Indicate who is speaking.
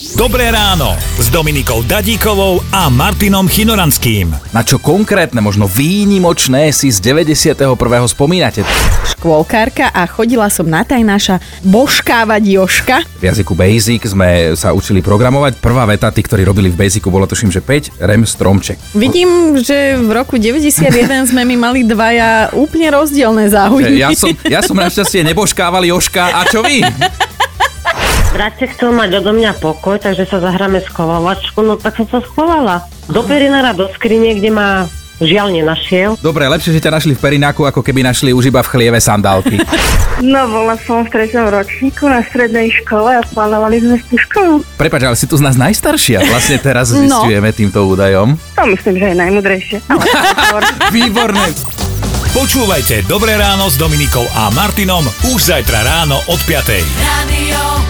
Speaker 1: Dobré ráno s Dominikou Dadíkovou a Martinom Chinoranským.
Speaker 2: Na čo konkrétne, možno výnimočné si z 91. spomínate?
Speaker 3: škôlkárka a chodila som na tajnáša boškávať Joška.
Speaker 2: V jazyku Basic sme sa učili programovať. Prvá veta, tí, ktorí robili v Basicu, bolo tuším, že 5, rem, stromček.
Speaker 3: Vidím, že v roku 91 sme my mali dvaja úplne rozdielne záujmy.
Speaker 2: Ja som, ja som našťastie neboškával Joška, a čo vy?
Speaker 4: Brat si chcel mať odo mňa pokoj, takže sa zahráme schovávačku, no tak som sa schovala. Do perinára, do skrine, kde ma žiaľ nenašiel.
Speaker 2: Dobre, lepšie, že ťa našli v Perináku, ako keby našli už iba v chlieve sandálky.
Speaker 5: No, bola som v treťom ročníku na strednej škole a plánovali sme tú školu.
Speaker 2: Prepač, ale si tu z nás najstaršia. Vlastne teraz
Speaker 3: No.
Speaker 2: zistujeme týmto údajom.
Speaker 5: To myslím, že je najmudrejšie. Ale skôr.
Speaker 2: Výborné.
Speaker 1: Počúvajte Dobré ráno s Dominikou a Martinom už zajtra ráno od 5.
Speaker 6: Radio